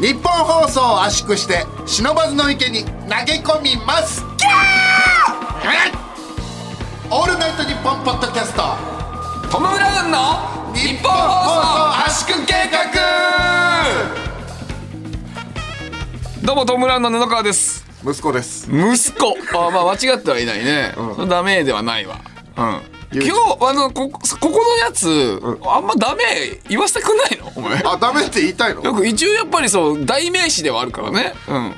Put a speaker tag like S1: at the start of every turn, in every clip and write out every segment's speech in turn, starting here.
S1: 日本放送を圧縮して不忍の池に投げ込みますキャーオールナイトニッポンポッドキャスト
S2: トム・ブラウンの日本放送圧縮計画どうもトム・ブラウンの布川です
S1: 息子です
S2: 息子あまあ間違ってはいないね、ダメではないわうん今
S1: 唯一
S2: 日あのここここのやつ、あんまダメ言わせたくないのお前
S1: あダメって言いたい
S2: よ
S1: の
S2: く一応やっぱりそう代名詞ではあるからねうん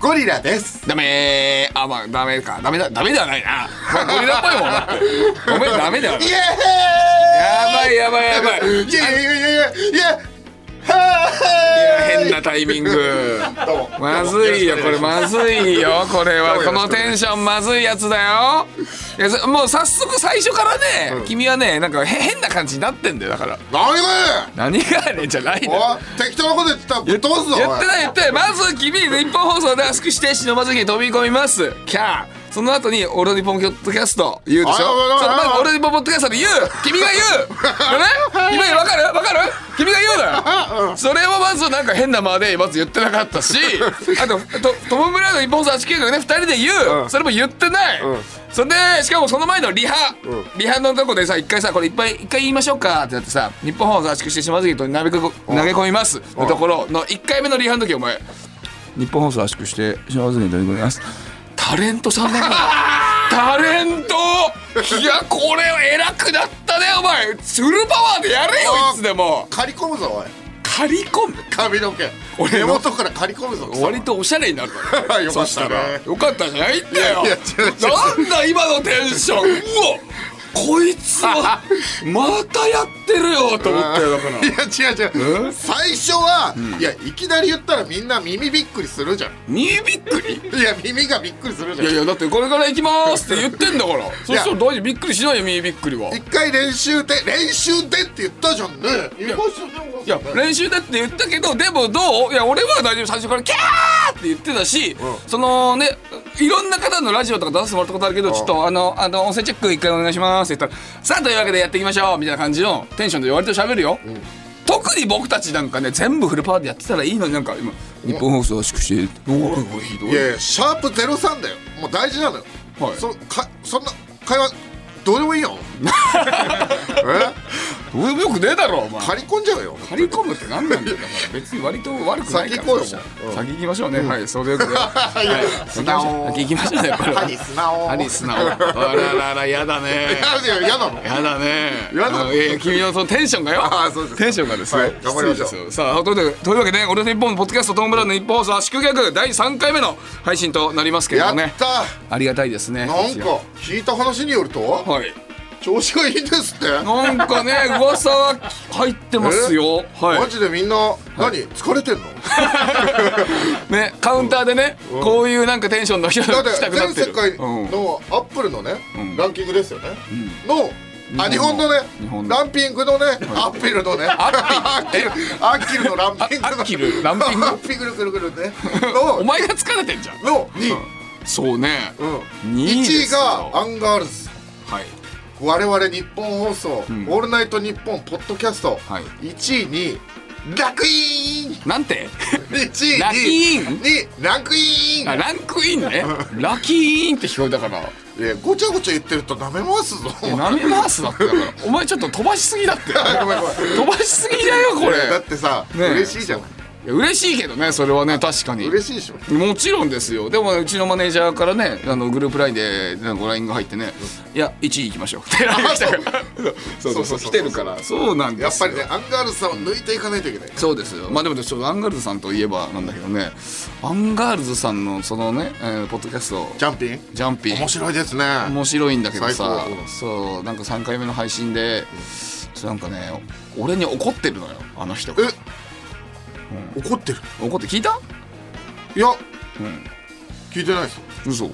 S1: ゴリラです
S2: ダメーあまあダメかダメだダメではないな、まあ、ゴリラっぽいもんだってごめんダメ ではな
S1: イ
S2: い
S1: エーイ
S2: やばいやばいやばい
S1: いやいやいやいやいや
S2: 変なタイミング
S1: どうも
S2: まずいよこれまずいよこれは
S1: どう
S2: こ
S1: もよろしくお願いします
S2: のテンションまずいやつだよいやそもう早速最初からね、君はねなんかへ変な感じになってんだよだから
S1: 何こ
S2: 何があれじゃない
S1: れ
S2: の
S1: おい適当なこと言ってたらぶっ飛ばすぞおい
S2: 言ってない言ってないまず君日本放送で安くして忍ばずに飛び込みますキャーその後に「俺の日本ポッドキャスト」言うでしょそ
S1: ああああ
S2: の
S1: ああ
S2: まず俺の日本ポッドキャスト」で言う君が言うだね君が言う分かる分かる君が言うのよそれをまずなんか変な間でまず言ってなかったしあととトム・ブラウンの日本放送8 9がね2人で言う、それも言ってない、それでしかもその前のリハ、リハのとこでさ一回さこれいっぱい一回言いましょうかってなってさ日本放送圧縮して島崎と投げこ投げ込みますのところの1回目のリハの時お前日本放送圧縮して島津に取り込みますタレントさんだからタレントいやこれ偉くなったねお前フルパワーでやれよいつでも
S1: 刈り込むぞおい
S2: 刈り込む
S1: 髪の毛
S2: 俺
S1: 根
S2: の
S1: 元から刈り込むぞ
S2: 割とおしゃれになるか ら
S1: よかったね
S2: よかったじゃないんだよ
S1: いやいや違う違
S2: なんだ今のテンションうわこいつ はまたやってるよと思ってだから
S1: いや違う違
S2: え
S1: う最初は、いやいきなり言ったらみんな耳びっくりするじゃん
S2: 2びっくり
S1: いや耳がびっくりするじゃ
S2: いや
S1: ん
S2: いやだってこれから行きますって言ってんだからそしたら大丈夫びっくりしないよ耳びっくりは
S1: 一回練習で練習でって言ったじゃんねいや
S2: いや練習だって言ったけどでもどういや俺は大丈夫最初から「キャー!」って言ってたし、そのねいろんな方のラジオとか出させてもらったことあるけど、ちょっとあのあの音声チェック一回お願いしますって言ったら「さあというわけでやっていきましょう」みたいな感じのテンションで割と喋るよ、特に僕たちなんかね全部フルパワーでやってたらいいのになんか今日本放送圧縮しておおいひど
S1: いやいやシャープ03だよもう大事なのよ、
S2: はい
S1: そかそんな会話どうでもいい よえ
S2: どうでもよくねえだろお前
S1: 刈り込んじゃうよ
S2: 張り込むって何なんだよだから別に割と悪くないか
S1: 先
S2: ら
S1: 行こうよ
S2: そしたら
S1: もううん
S2: 先行きましょうね、はいそれで
S1: いや素直
S2: 先行きましょうねやっぱり
S1: 歯に素直
S2: ハリスなあらららやだね
S1: いやいや嫌なの
S2: やだね
S1: やだ
S2: あのいやいや君のそのテンションがよ
S1: ああそうです
S2: テンションがですよ、
S1: はい頑張りましょう
S2: 失礼ですよさあというというわけで「俺の日本ポッドキャストトム・ブラウンの日本放送圧縮企画」第3回目の配信となりますけれ
S1: や
S2: ど
S1: っ
S2: もね
S1: た
S2: ありがたいですね
S1: なんか聞いた話によると、
S2: はい
S1: 調子がいいんですって、
S2: なんかね噂は入ってますよはい
S1: マジでみんな、何疲れてんの
S2: ね、カウンターでね、こういうなんかテンションの人
S1: だ
S2: が
S1: って
S2: 来たくなっ
S1: 全
S2: て
S1: 世
S2: る。
S1: 界
S2: うん
S1: のアップルのね、
S2: ん
S1: ランキングですよね、のあ日
S2: 日
S1: 本
S2: 本
S1: の
S2: の
S1: ね
S2: 日本の
S1: ランピングのね、アッピルのねアッピルアッキルのランピングの
S2: あアッキルランピング
S1: アッピルくるくるくるね
S2: お
S1: の
S2: 前が疲れてんじゃん。
S1: の2位、
S2: そうね。
S1: うん
S2: 二位で
S1: 1位
S2: すよ
S1: がアンガールズ
S2: はい。
S1: 我々日本放送、
S2: ん
S1: オールナイトニッポンポッドキャスト、
S2: はい
S1: 1位にランクイン
S2: なんて。
S1: 1位に
S2: ランクイ
S1: にランクイ
S2: ン
S1: ン
S2: あ、ランクインね。ラキーンって聞こえたから。
S1: いやごちゃごちゃ言ってると舐め回 すぞ
S2: えなめ回すだってだから。お前ちょっと飛ばしすぎだって。飛
S1: ごめんごめん
S2: ばしすぎだよ、これ。
S1: だってさ、
S2: ねえ
S1: 嬉しいじゃない
S2: いや嬉しいけどね、それはね、確かに。
S1: 嬉しいでしょ
S2: もちろんですよでもうちのマネージャーからねあのグループラインでなんか LINE が入ってね「いや1位行きましょう」って LINE が来たから そうそうそう来てるからそうなんで
S1: やっ
S2: す
S1: ぱ
S2: よ
S1: りねアンガールズさんを抜いていかないといけない
S2: そうですよまあでもちょっとアンガールズさんといえばなんだけどねアンガールズさんのそのね、えーポッドキャスト
S1: ジャンピン
S2: ジャンピン
S1: 面白いですね
S2: 面白いんだけどさ
S1: 最高
S2: そうなんか3回目の配信でなんかね俺に怒ってるのよあの人が
S1: え怒ってる
S2: 怒って聞いた
S1: いや
S2: うん
S1: 聞いてないですよ
S2: 嘘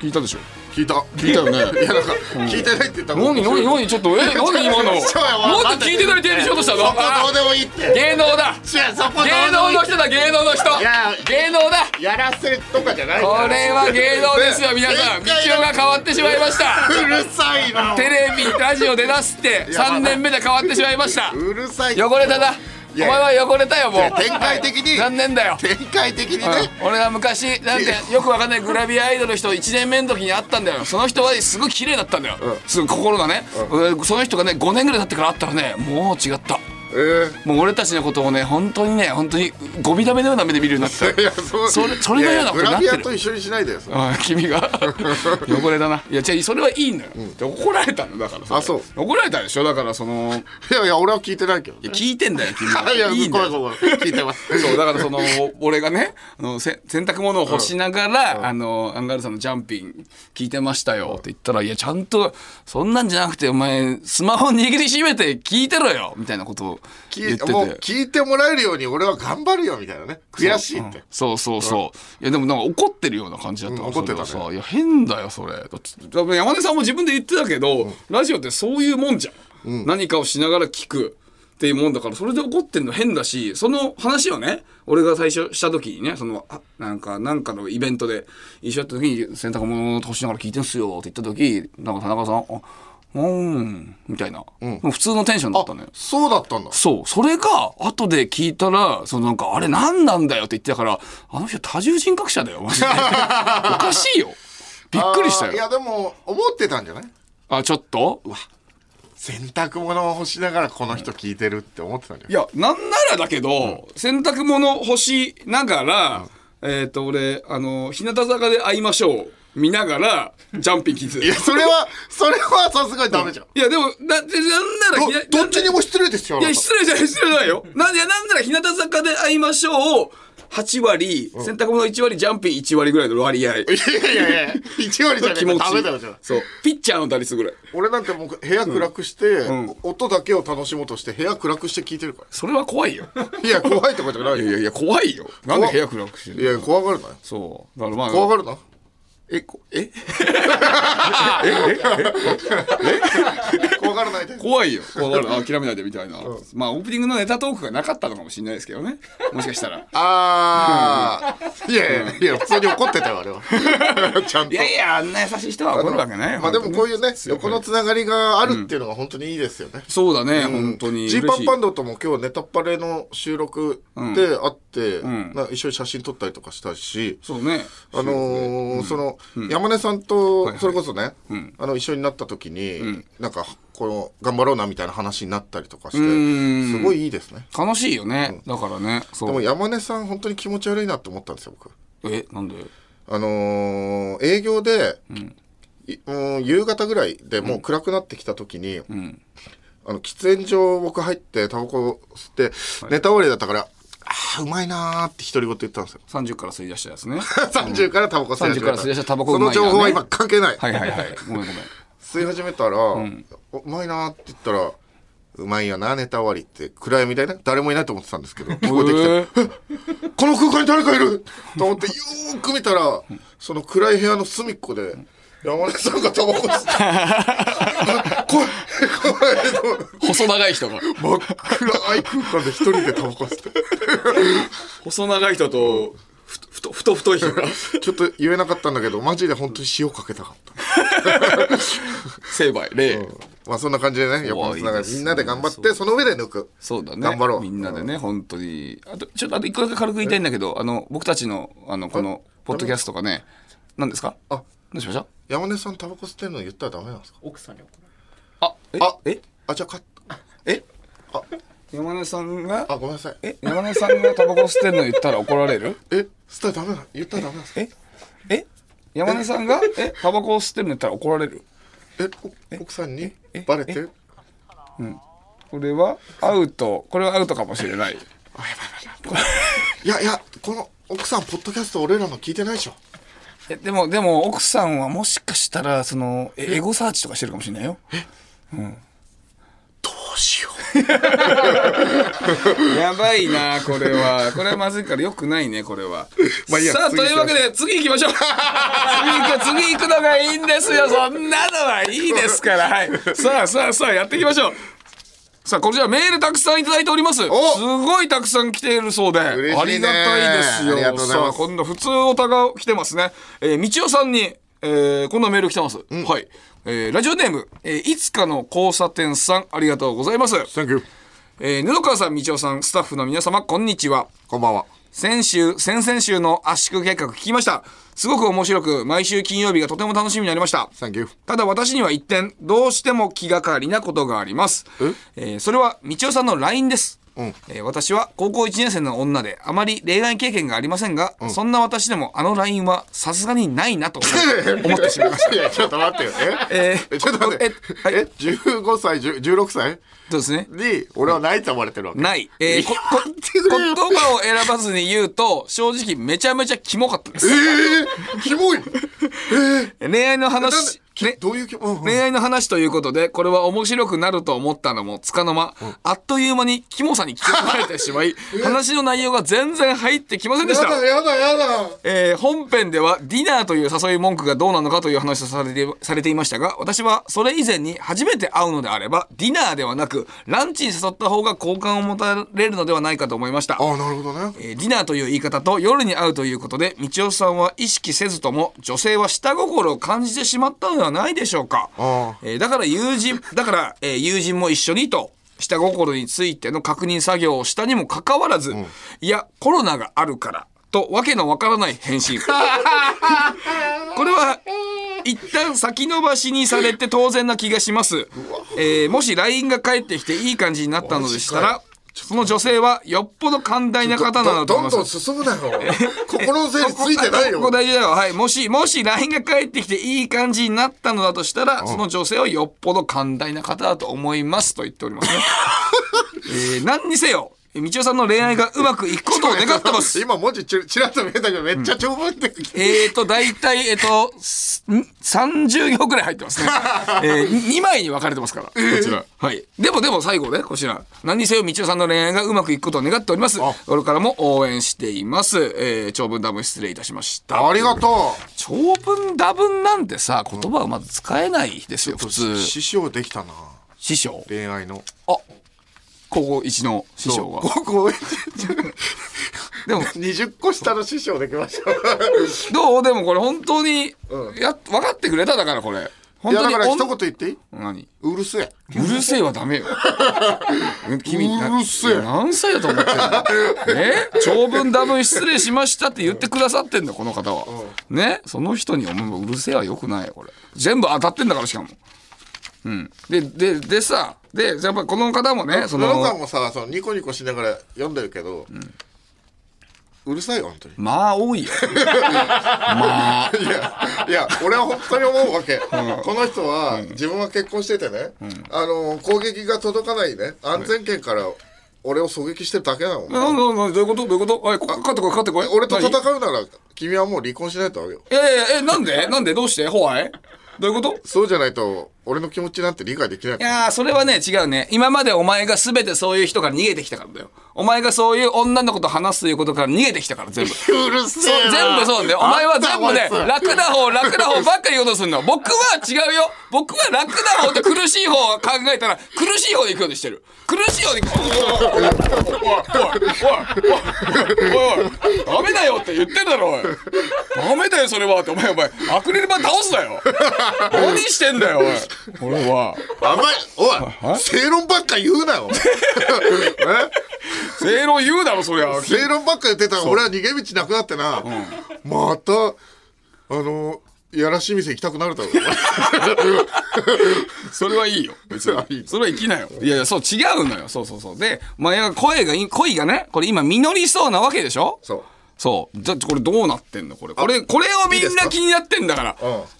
S2: 聞いたでしょ
S1: 聞いた
S2: 聞いたよね
S1: いやなんか聞いてないって言った
S2: 何何 何ちょっとえ何今のもっ
S1: そうやわ
S2: と聞いてない手にしようとした
S1: そ
S2: の
S1: こどうでもいいって
S2: 芸能だ
S1: 違うそこどうで
S2: 芸
S1: も
S2: 能
S1: いい
S2: の人だ芸能の人
S1: いや
S2: 芸能だ
S1: やらせとかじゃないから
S2: これは芸能ですよ皆さん道
S1: ね
S2: 夫が変わってしまいました
S1: うるさいな
S2: テレビラジオ出だすって
S1: やまあ
S2: 3年目で変わってしまいました
S1: うるさい
S2: 汚れただお前は汚れたよもう
S1: 展開的に
S2: 何年だよ
S1: 展開的にね、
S2: うん俺が昔なんてよくわかんないグラビアアイドルの人1年目の時に会ったんだよその人はすごい綺麗だったんだよ、すごい心がね、俺その人がね5年ぐらい経ってから会ったらねもう違った
S1: え
S2: もう俺たちのことをね本当にね本当にゴミだめのような目で見るようになって
S1: ー、い
S2: た
S1: やそう
S2: それそれのようなことになってる
S1: いやグラビアと一緒にしないでよそ れ
S2: ああ君が汚れだないや違うそれはいいのよ、で怒られたのだかられ
S1: あそう
S2: 怒られたでしょだからそのい
S1: いやいや俺は聞いてないけど
S2: や聞いてんだよ君
S1: いや
S2: はいいん
S1: ご
S2: だ
S1: めん
S2: よ
S1: ごめん聞いてます
S2: そうだからその俺がねあのせ洗濯物を干しながら、あのアンガールズさんの「ジャンピン聞いてましたよ」って言ったら「いやちゃんとそんなんじゃなくてお前スマホ握りしめて聞いてろよ」みたいなことを言って
S1: 聞いもう
S2: て。
S1: 聞いてもらえるように俺は頑張るよみたいなね悔しいって、
S2: そうそうそう、いやでもなんか怒ってるような感じだったから、
S1: うん怒ってたね
S2: それがさいや変だよそれだって多分山根さんも自分で言ってたけど、ラジオってそういうもんじゃん、何かをしながら聞くっていうもんだからそれで怒ってんの変だしその話をね俺が最初した時にねそのあなんかなんかのイベントで一緒やった時に洗濯物を干しながら聞いてんすよって言った時なんか田中さん「あうーん」みたいな、もう普通のテンションだったのよ
S1: そうだったんだ
S2: そう。それが、後で聞いたら、そのなんか、あれ何なんだよって言ってたから、あの人多重人格者だよ、マ ジで。おかしいよ。びっくりした
S1: あーい
S2: よ。
S1: やでも思ってたんじゃない
S2: あちょっと
S1: 洗濯物を干しながらこの人聞いてるって思ってたんじゃない
S2: いや、なんならだけど、洗濯物干しながら、えっ、と、俺、あの、日向坂で会いましょう。見ながら、ジャンピングキス。
S1: いやそれはそれはさすがにダメじゃん、
S2: いや、でも、だって、なんならひな、
S1: どどっちにも失礼ですよ
S2: いや、
S1: あなた
S2: 失礼じゃない、失礼じゃないよ。なんで、なんなら日向坂で会いましょうを、8割、洗濯物1割、ジャンピン1割ぐらいの割
S1: い
S2: 合。
S1: やいやいや一割じゃね
S2: 気持
S1: え
S2: ち
S1: ダメだよじゃあ
S2: そう。ピッチャーの打率ぐらい。
S1: 俺なんてもう部屋暗くして、音だけを楽しもうとして部屋暗くして聞いてるか
S2: それは怖 いよ。
S1: らいや怖いとかじゃない
S2: い
S1: よ
S2: やいや、怖いよ。なんで部屋暗くして
S1: い
S2: る
S1: や怖がるなよ
S2: そう。だからまあ、
S1: 怖がるな
S2: え、こえ
S1: 怖がらないで。
S2: 怖いよ。怖がる。あ諦めないでみたいな。まあ、オープニングのネタトークがなかったのかもしれないですけどね。もしかしたら
S1: ああいやいやいや普通に怒ってたよあれは ちゃん
S2: い
S1: と
S2: やいや、あんな優しい人は怒るわけないよ。
S1: まあでもこういうね
S2: 強い
S1: 横のつながりがあるっていうのが本当にいいですよね
S2: そうだね、本当に。
S1: ジーパンパン
S2: ン。
S1: ドとも今日ネタパレの収録で会って、な一緒に写真撮ったりとかしたし、
S2: そうね。
S1: あのーその、山根さんと、それこそね、あの、一緒になった時に、なんか、この、頑張ろうなみたいな話になったりとかして、
S2: ん
S1: すごいいいですね。
S2: 楽しいよね。だからね。
S1: で
S2: そ
S1: も
S2: う。
S1: 山根さん本当に気持ち悪いなって思ったんですよ、僕。
S2: え、なんで
S1: あのー営業で、いもう夕方ぐらいでもう暗くなってきた時に、
S2: ん
S1: あの喫煙所僕入ってタバコ吸って、ネタ終わりだったから「あーうまいな」って独り言言ったんですよ
S2: ?30 から吸い出した やつね。
S1: 30からタバコ吸い始め
S2: 30から吸い出したタバコう
S1: そ
S2: まいな
S1: の情報は今関係ない、
S2: はいはいはい。ご めんごめん。
S1: 吸い始めたら「おうまいな」って言ったら「うまいよなネタ終わり」って暗闇でね誰もいないと思ってたんですけ ど聞こえてきて、
S2: えー
S1: この空間に誰かいると思ってよーく見たらその暗い部屋の隅っこで山根さんがタバコ吸って怖い怖いと思って
S2: 細長い人が。
S1: 真っ暗い空間で一人でタバコ吸って
S2: 細長い人と、ふと、ふと、ふと太い 人が。
S1: ちょっと言えなかったんだけどマジで本当に塩かけたかった
S2: 成敗、礼。
S1: まあそんな感じでね横のつながりみんなで頑張ってその上で抜く
S2: そうだね。
S1: 頑張ろう
S2: みんなでね、本当に。あと、ちょっと、あと一個だけ軽く言いたいんだけど、あの、僕たちの、あの、この、ポッドキャストがね、何ですか
S1: あ
S2: どうしました
S1: 山根さんタバコ吸ってるの言ったらダメなんですか
S3: 奥さんに怒られ
S2: あ、
S1: あ
S2: ええ
S1: あじゃあカット
S2: え
S1: あ
S2: 山根さんが、
S1: あごめんなさいえ
S2: え山根さんがタバコ吸ってんの言ったら怒られる
S1: 吸ったらダメな言ったらダメなんですか
S2: ええ山根さんが、えタバコを吸ってるの言ったら怒られる
S1: えお奥さんにバレてる
S2: これはアウト。これはアウトかもしれない。
S1: いやいや、この奥さん、ポッドキャスト俺らの聞いてないでしょ。
S2: えでも、でも、奥さんはもしかしたら、その、えエゴサーチとかしてるかもしれないよ。
S1: どうしよ
S2: やばいな、これは。これはまずいから、よくないね、これは。
S1: まあいいや
S2: さあ、
S1: 次
S2: というわけで、次行きましょう。次行く、次行くのがいいんで すよ。そんなのはいいですから。はい。さあ、さあ、さあ、やっていきましょう。さあ、これじゃあメールたくさんいただいております。す
S1: お
S2: ごいたくさん来ているそうで。あり
S1: 嬉
S2: が
S1: しいね
S2: たいですよ。
S1: ありがとうございます
S2: さあこんな普通おたが来てますね。えー、道夫さんに、えー、こんなメール来てます。はい。えー、ラジオネーム、えー、いつかの交差点さん、ありがとうございます。
S1: う。Thank you.
S2: えー布川さん、道夫さん、スタッフの皆様、こんにちは。
S1: こんばんは。
S2: 先週、先々週の圧縮計画聞きました。すごく面白く、毎週金曜日がとても楽しみになりました。
S1: サンキュー。
S2: ただ私には一点、どうしても気がかりなことがあります。えーそれは、道夫さんの LINE です。
S1: ん
S2: えー私は高校1年生の女であまり恋愛経験がありませんが、そんな私でもあの LINE はさすがにない なと思い思ってしまいまし た
S1: いや、ちょっと待ってよ。
S2: え
S1: え
S2: ー
S1: え、ちょっと待って。
S2: えはい
S1: え、15歳、10 16歳
S2: そうですね
S1: に、俺はないと思われてるわけ。
S2: ない、えー、ここ
S1: 待ってくれよ
S2: 言葉を選ばずに言うと正直めちゃめちゃキモかったです
S1: えー、キモい。
S2: 恋愛
S1: な
S2: の
S1: んで
S2: 話ね
S1: どういう気持
S2: 恋愛の話ということで、これは面白くなると思ったのも、つかの間、あっという間にキモさに気づかれてし まい、話の内容が全然入ってきませんでし
S1: や
S2: た
S1: だ。やだやだ。
S2: えー本編ではディナーという誘い文句がどうなのかという話をされてされていましたが私はそれ以前に初めて会うのであればディナーではなくランチに誘った方が好感を持たれるのではないかと思いました、
S1: あ、なるほどね。
S2: えーディナーという言い方と夜に会うということで道夫さんは意識せずとも女性は下心を感じてしまったのではないでしょうか
S1: あ
S2: えーだから友人だから、えー友人も一緒にと下心についての確認作業をしたにもかかわらず、いやコロナがあるからとわけのわからない返信これは一旦先延ばしにされて当然な気がします、えーもし LINE が返ってきていい感じになったのでしたらその女性はよっぽど寛大な
S1: あ。
S2: 方なのだと
S1: ど
S2: 思い
S1: ん
S2: ます
S1: どん進むなよ。心の整理ついてない
S2: ここ
S1: よ。
S2: 大事だよ。はい。もし、もし LINE が返ってきていい感じになったのだとしたら、その女性はよっぽど寛大な方だと思いますと言っておりますね。 えー何にせよ、道夫さんの恋愛がうまくいくことを願っ てます。
S1: 今文字ちちらっと見えたけど、めっちゃ長文って。
S2: えーと、大体、えっ、と、すん30行くらい入ってます ね。え2枚に分かれてますから、こちら。はい。でもでも最後ね、こちら。何にせよ、道夫さんの恋愛がうまくいくことを願っております。これからも応援しています。えー長文ダム失礼いたしました。
S1: ありがと
S2: 長文打文なんてさ言葉はまず使えないですよ普
S1: う。
S2: 通
S1: 師匠できたな。
S2: 師匠
S1: 恋愛の。
S2: あ高校一の師匠 が
S1: 高校
S2: でも
S1: 20個下の師匠できました。
S2: どうでもこれ本当にや分かってくれただからこれ
S1: い
S2: 本
S1: や
S2: 当
S1: だ
S2: に
S1: から
S2: お
S1: 一
S2: ん
S1: 言言っていいう
S2: 何
S1: うるせえ。
S2: うるせえはダメよ 君な
S1: うるせえ
S2: 何歳だと思ってんのね長文多分失礼しましたって言ってくださってんだこの方はねその人に「お前うるせえはよくないよこれ全部当たってんだからしかもうんでででさでやっぱこの方もねそ
S1: 野
S2: の
S1: 々さんもさそのニコニコしながら読んでるけど、うるさいよ本当に
S2: まあ多いよ。まあ。
S1: いやいや俺は本当に思うわけ、この人は、自分は結婚しててね、あの攻撃が届かないね安全圏から俺を狙撃してるだけなの、
S2: なななどういうことどういうことおい、こかかってこい、かかってこい。
S1: 俺と戦
S2: 何
S1: うなら君はもう離婚しないとあげよ
S2: いやいやいや、え、なんでなんでどうしてホワイどういうこと
S1: そうじゃないと俺の気持ちなんて理解できない
S2: いやー、それはね、違うね。今までお前が全てそういう人から逃げてきたからだよ。お前がそういう女の子と話すということから逃げてきたから、全部。
S1: うるせ
S2: そう全部そうなんだよ。お前は全部
S1: あんたこ
S2: ね、
S1: いつ
S2: 楽な方、楽な方ばっかり言おうとするの。僕は違うよ。僕は楽な方と苦しい方を考えたら、苦しい方で行くようにしてる。苦しい方で行く。おいおいおいおいおいおいおいおいダメだよって言ってるだろ、おい。ダメだよ、それはって。お前、お前、アクリル板倒すなよ。何してんだよ、おい。俺は。
S1: 甘いおい正論ばっか言う なよえ
S2: 正論言うだろ、そりゃ。
S1: 正論ばっか言ってたら俺は逃げ道なくなってな、またあのやらしい店行きたくなるだろう
S2: それはいいよ別
S1: それはい
S2: に
S1: い
S2: それは生きなよいやいやそう違うのよそうそうそうでお前が声がい恋がねこれ今実りそうなわけでしょ
S1: そう
S2: そうじゃこれどうなってんのこれこれこれをみん
S1: いいです
S2: な
S1: か
S2: 気になってんだから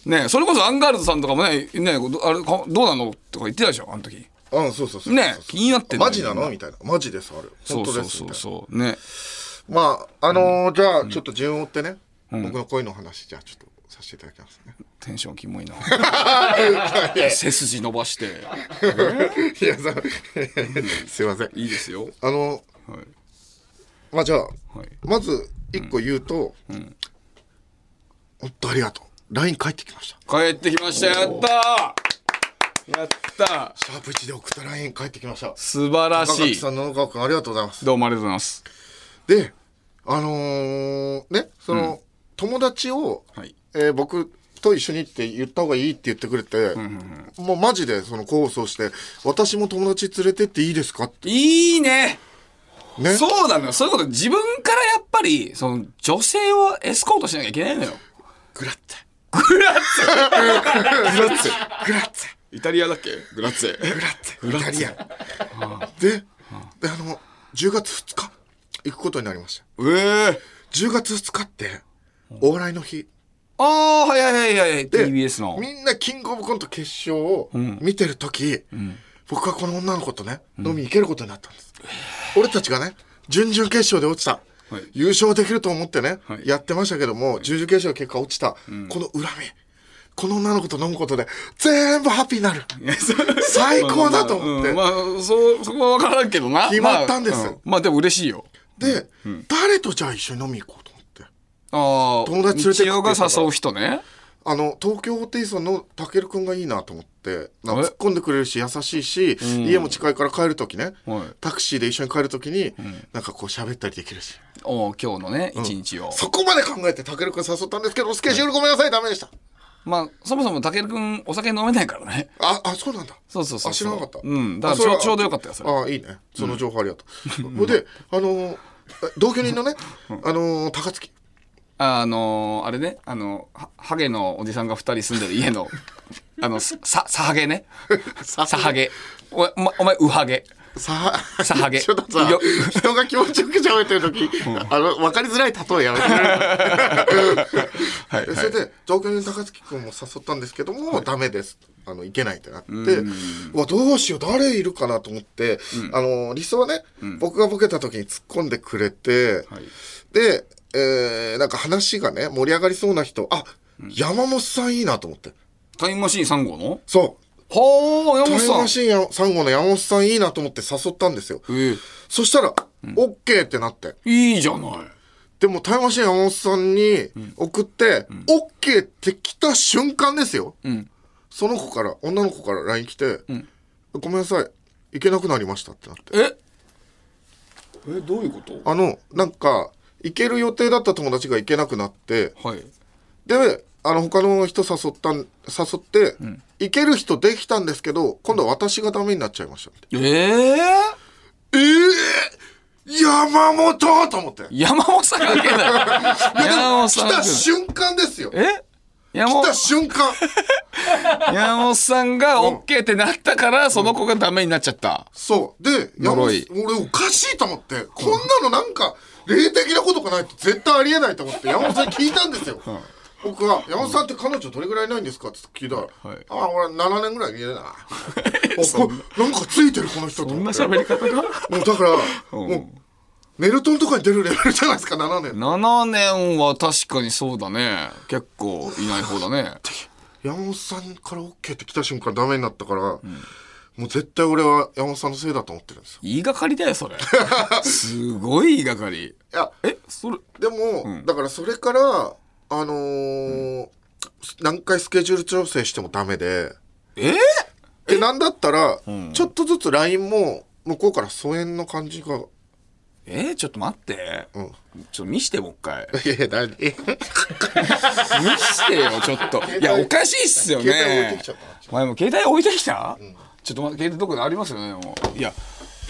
S2: ねそれこそアンガールズさんとかもねねどあれかどうなのとか言ってたでしょあの時
S1: うんそうそうそう
S2: ね
S1: そうそう
S2: 気になってんだよ
S1: マジなのみたいなマジですあれ
S2: そ
S1: 本
S2: う
S1: 当
S2: そ
S1: で
S2: う
S1: す
S2: そ
S1: み
S2: う
S1: たい
S2: そうね
S1: なまああのーじゃあちょっと順を追ってね、僕の恋の話じゃあちょっとさせていただき ますね
S2: テンションキモいな
S1: いやい
S2: 背筋伸ばして
S1: やそうすいません
S2: いいですよ
S1: あの
S2: はい
S1: まあじゃあ、
S2: はい
S1: まず一個言うと、本当ありがとう LINE 返ってきました
S2: 帰ってきましたやったーやった
S1: シャープ1で送った LINE 返ってきました
S2: 素晴ら
S1: 中
S2: し
S1: 木
S2: い
S1: さん、野々川君、ありがとうございます。
S2: どうもありがとうございます
S1: で、あのーね、その、友達を、
S2: はい
S1: えー僕と一緒にって言った方がいいって言ってくれて、もうマジでその構想して、私も友達連れてっていいですかって。
S2: いいね
S1: ね。
S2: そうなのよ。そういうこと、自分からやっぱり、その、女性をエスコートしなきゃいけないのよ。
S1: グラッツ
S2: グラッツェ
S1: ェ。グラッツェ。グラッツェ。
S2: イタリアだっけグラッツェ。
S1: グラッツェ。イタリアン。で、で、あの、10月2日、行くことになりました。
S2: うえー。
S1: 10月2日って、お笑いの日。
S2: ああ、はいはいはいはい。
S1: で
S2: TBS の。
S1: みん なキングオブコント決勝を見てるとき、僕はこの女の子とね、飲みに行けることになったんです。俺たちがね、準々決勝で落ちた。
S2: はい
S1: 優勝できると思ってね、
S2: はい
S1: やってましたけども、準々決勝の結果落ちた。この恨み。この女の子と飲むことで、全部ハッピーになる。最高だと思って。
S2: まあまあうんまあ、そう、そこはわからんけどな。
S1: 決まったんです
S2: まあうまあでも嬉しいよ。
S1: で、誰とじゃあ一緒に飲み行こうと思って。
S2: ああ、
S1: 友達連れてくって
S2: 一応が誘う人ね。
S1: あの、東京ホテイソンのたけるくんがいいなと思って、なんか突っ込んでくれるし、優しいし、家も近いから帰るときね、
S2: はい
S1: タクシーで一緒に帰るときに、なんかこう喋ったりできるし。
S2: おう今日のね、一日を。
S1: そこまで考えてたけるくん誘ったんですけど、スケジュールごめんなさい、ダメでした。
S2: まあ、そもそもたけるくん、お酒飲めないからね。
S1: あ、あ、そうなんだ。
S2: そうそうそうそう
S1: あ、知らなかった。
S2: うんだから
S1: あそれは
S2: ちょちょうどよかったよそれ
S1: ああ、いいね。その情報ありがとう。ほいで、あのー、同居人のね、あのー、高槻。
S2: あのー、あれね、あの、はハゲのおじさんが二人住んでる家 の、あの、さ、さハゲね。さハゲ。お前、お前お前、ウハゲ。
S1: さあ、
S2: さハ ゲ
S1: ちょっとさ
S2: よ、
S1: 人が気持ちよく喋ってる時、あの、わかりづらい例えやめてくれる
S2: はい、
S1: それで、同居人の高槻君も誘ったんですけども、ダメです。あの、行けないってなって、うわ、どうしよう、誰いるかなと思って、あの、理想はね、僕がボケた時に突っ込んでくれて、
S2: い
S1: で、えーなんか話がね、盛り上がりそうな人、あ、山本さんいいなと思って。
S2: タイムマシーン3号の
S1: そう。
S2: ほー、山
S1: タイム
S2: 本
S1: マ
S2: さん。
S1: シーン3号の山本さんいいなと思って誘ったんですよ。
S2: えー
S1: そしたら、オッケーってなって。
S2: いいじゃない。
S1: でも、タイムマシーン山本さんに送って、オッケーって来た瞬間ですよ。
S2: ん
S1: その子から、女の子から LINE 来て、ごめんなさい、行けなくなりましたってなって。
S2: ええ、どういうこと
S1: あの、なんか、行ける予定だった友達が行けなくなって、
S2: はい。
S1: で、あの、他の人誘ったん、誘って、行ける人できたんですけど、今度は私がダメになっちゃいましたって。
S2: えー、
S1: ええ山本と思って。 い
S2: 山本さん関係ない。
S1: や、で
S2: 山
S1: も、
S2: 本
S1: 来
S2: さ
S1: た
S2: ん関係ない。
S1: 瞬間ですよ。来
S2: え山本
S1: た瞬間。
S2: 山本さんが OK ってなったから、その子がダメになっちゃった。
S1: そう。で、山本
S2: 呪い
S1: 俺おかしいと思って、こんなのなんか、霊的なことがないと絶対ありえないと思って、山本さんに聞いたんですよ。僕は、山本さんって彼女どれぐらいいないんですかって聞いたら、
S2: はい
S1: ああ、俺7年ぐらい見 えないな。あこれなんかついてる、この人と
S2: こん
S1: 思
S2: な
S1: って。も
S2: 喋り方が
S1: うだから、
S2: ん
S1: もう、メルトンとかに出るレベルじゃないですか、7年。
S2: 7年は確かにそうだね結構いない方だね
S1: 山本さんから OK って来た瞬間ダメになったから、もう絶対俺は山本さんのせいだと思ってるんですよ。
S2: 言いがかりだ よそれすごい言いがかり
S1: いや、
S2: えそれ
S1: でも、だからそれから、あのー何回スケジュール調整してもダメで、
S2: え
S1: で、なんだったら、ちょっとずつ LINE も、向こうから疎遠の感じが、
S2: えちょっと待って、
S1: うん。
S2: ちょっと見してもう一回
S1: いやいや、何 え
S2: 見して よちょっといやおかしいっすよね
S1: 携帯置いてきちゃったな
S2: お前もう携帯置いてきた、ちょっと待って携帯どこかありますよねもういや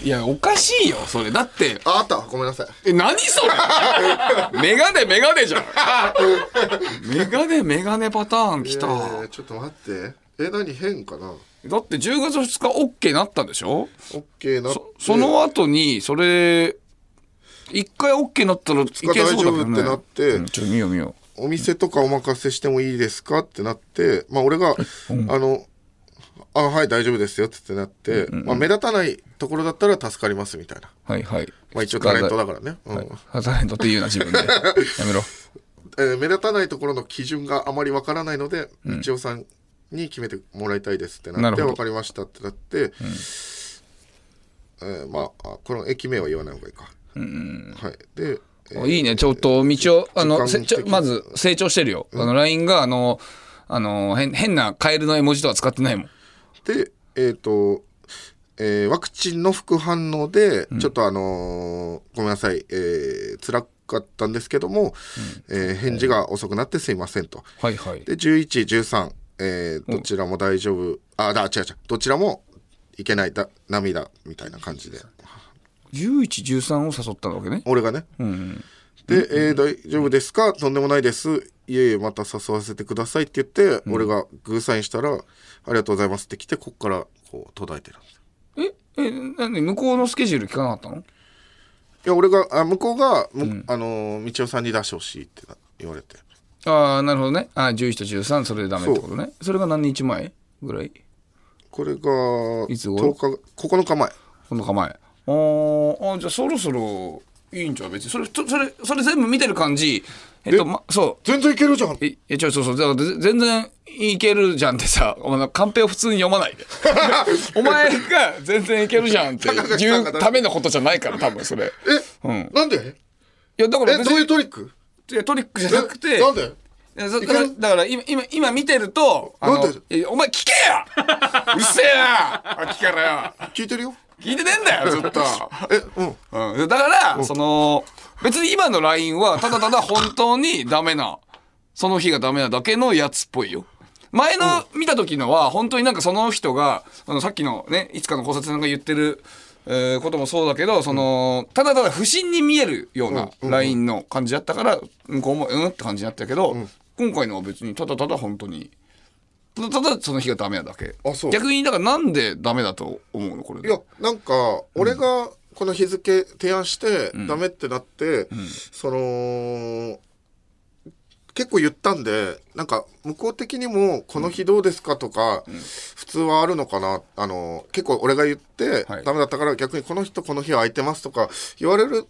S2: いやおかしいよそれだって
S1: あ、あったごめんなさい。
S2: え、何 それメガネメガネじゃん。メガネメガネパターン来た。
S1: えーちょっと待って。え、何変かな
S2: だって10月2日 OK になったんでしょ
S1: ?OK なって
S2: そその後に、それ、一回 OK になったらいけそうだけど、ね、
S1: 大丈夫ってなって
S2: うんちょっと見よう見よ
S1: お店とかお任せしてもいいですかってなって、まあ俺が、あの、あ、はい、大丈夫ですよってなって、まあ目立たないところだったら助かりますみたいな。
S2: う。はいはい。
S1: まあ一応タレントだからね。うん
S2: はい。あタレントって言うな、自分で。やめろ。
S1: えー目立たないところの基準があまりわからないので、道夫さんに決めてもらいたいですってな
S2: な
S1: っ
S2: る
S1: て、
S2: ほど
S1: わかりましたってなって、えーまあ、あこの駅名は言わない方がいいか。はい。で、えー
S2: いいね、ちょっと道を、あ
S1: 時
S2: の、
S1: 間
S2: せちょ
S1: 的
S2: まず成長してるよ。あの、LINE が、あの、あの、変変なカエルの絵文字とは使ってないもん。
S1: で、えっ、と、えーワクチンの副反応で、ちょっとあのーごめんなさい、えー、辛かったんですけども、えー返事が遅くなってすいませんと。
S2: はいはい
S1: で、11、13、えーどちらも大丈夫、あ、だ、違う違う、どちらもいけない、だ涙、みたいな感じで。
S2: 1113を誘ったわけね
S1: 俺がね。で、えー大丈夫ですかとんでもないです。いえいえ、また誘わせてくださいって言って、俺がグーサインしたら、ありがとうございますって来て、こっから、こう、途絶えてるんですよ。
S2: ええなんで向こうのスケジュール聞かなかったの
S1: いや、俺が、あ向こうが、むあのー、道夫さんに出してほしいってな言われて。
S2: ああなるほどねあー11と13それでダメってことねそれが何日前ぐらい
S1: これが、
S2: いつ頃
S1: 10日、9日前。
S2: この構えあーあじゃあそろそろいいんちゃう別にそれそそれそれ全部見てる感じえっとまそう
S1: 全然いけるじゃん
S2: え、え、ちょ、そうそう、だからぜ全然いけるじゃんってさ、お前、カンペを普通に読 まないで。お前が全然いけるじゃんって言うためのことじゃないから、多分それ。
S1: え、
S2: ん
S1: なんで
S2: いや、だから
S1: え、
S2: 別
S1: どう
S2: に
S1: いうトリック
S2: いやトリックじゃなくて、
S1: えなんで
S2: いやそだからだから今今今見てるとあの
S1: なんで
S2: いやお前聞けようっせえな秋からよ
S1: 聞いてるよ
S2: 聞いてねえんだよずっと、
S1: え、うん。
S2: うん、だからその別に今の LINE はただただ本当にダメなその日がダメなだけのやつっぽいよ前の見た時のは本当になんかその人があのさっきのねいつかの考察なんか言ってる、えーこともそうだけどそのただただ不審に見えるような LINE の感じだったから向こうもうんって感じになったけど、今回のは別にただただ本当にただただその日がダメなだけ
S1: あそう
S2: 逆にだからなんでダメだと思うのこれ
S1: いや、なんか、俺がこの日付提案して、ダメってなって、その、結構言ったんで、なんか、向こう的にも、この日どうですかとか、普通はあるのかな、あの、結構俺が言って、
S2: はい
S1: ダメだったから逆にこの日とこの日は空いてますとか、言われる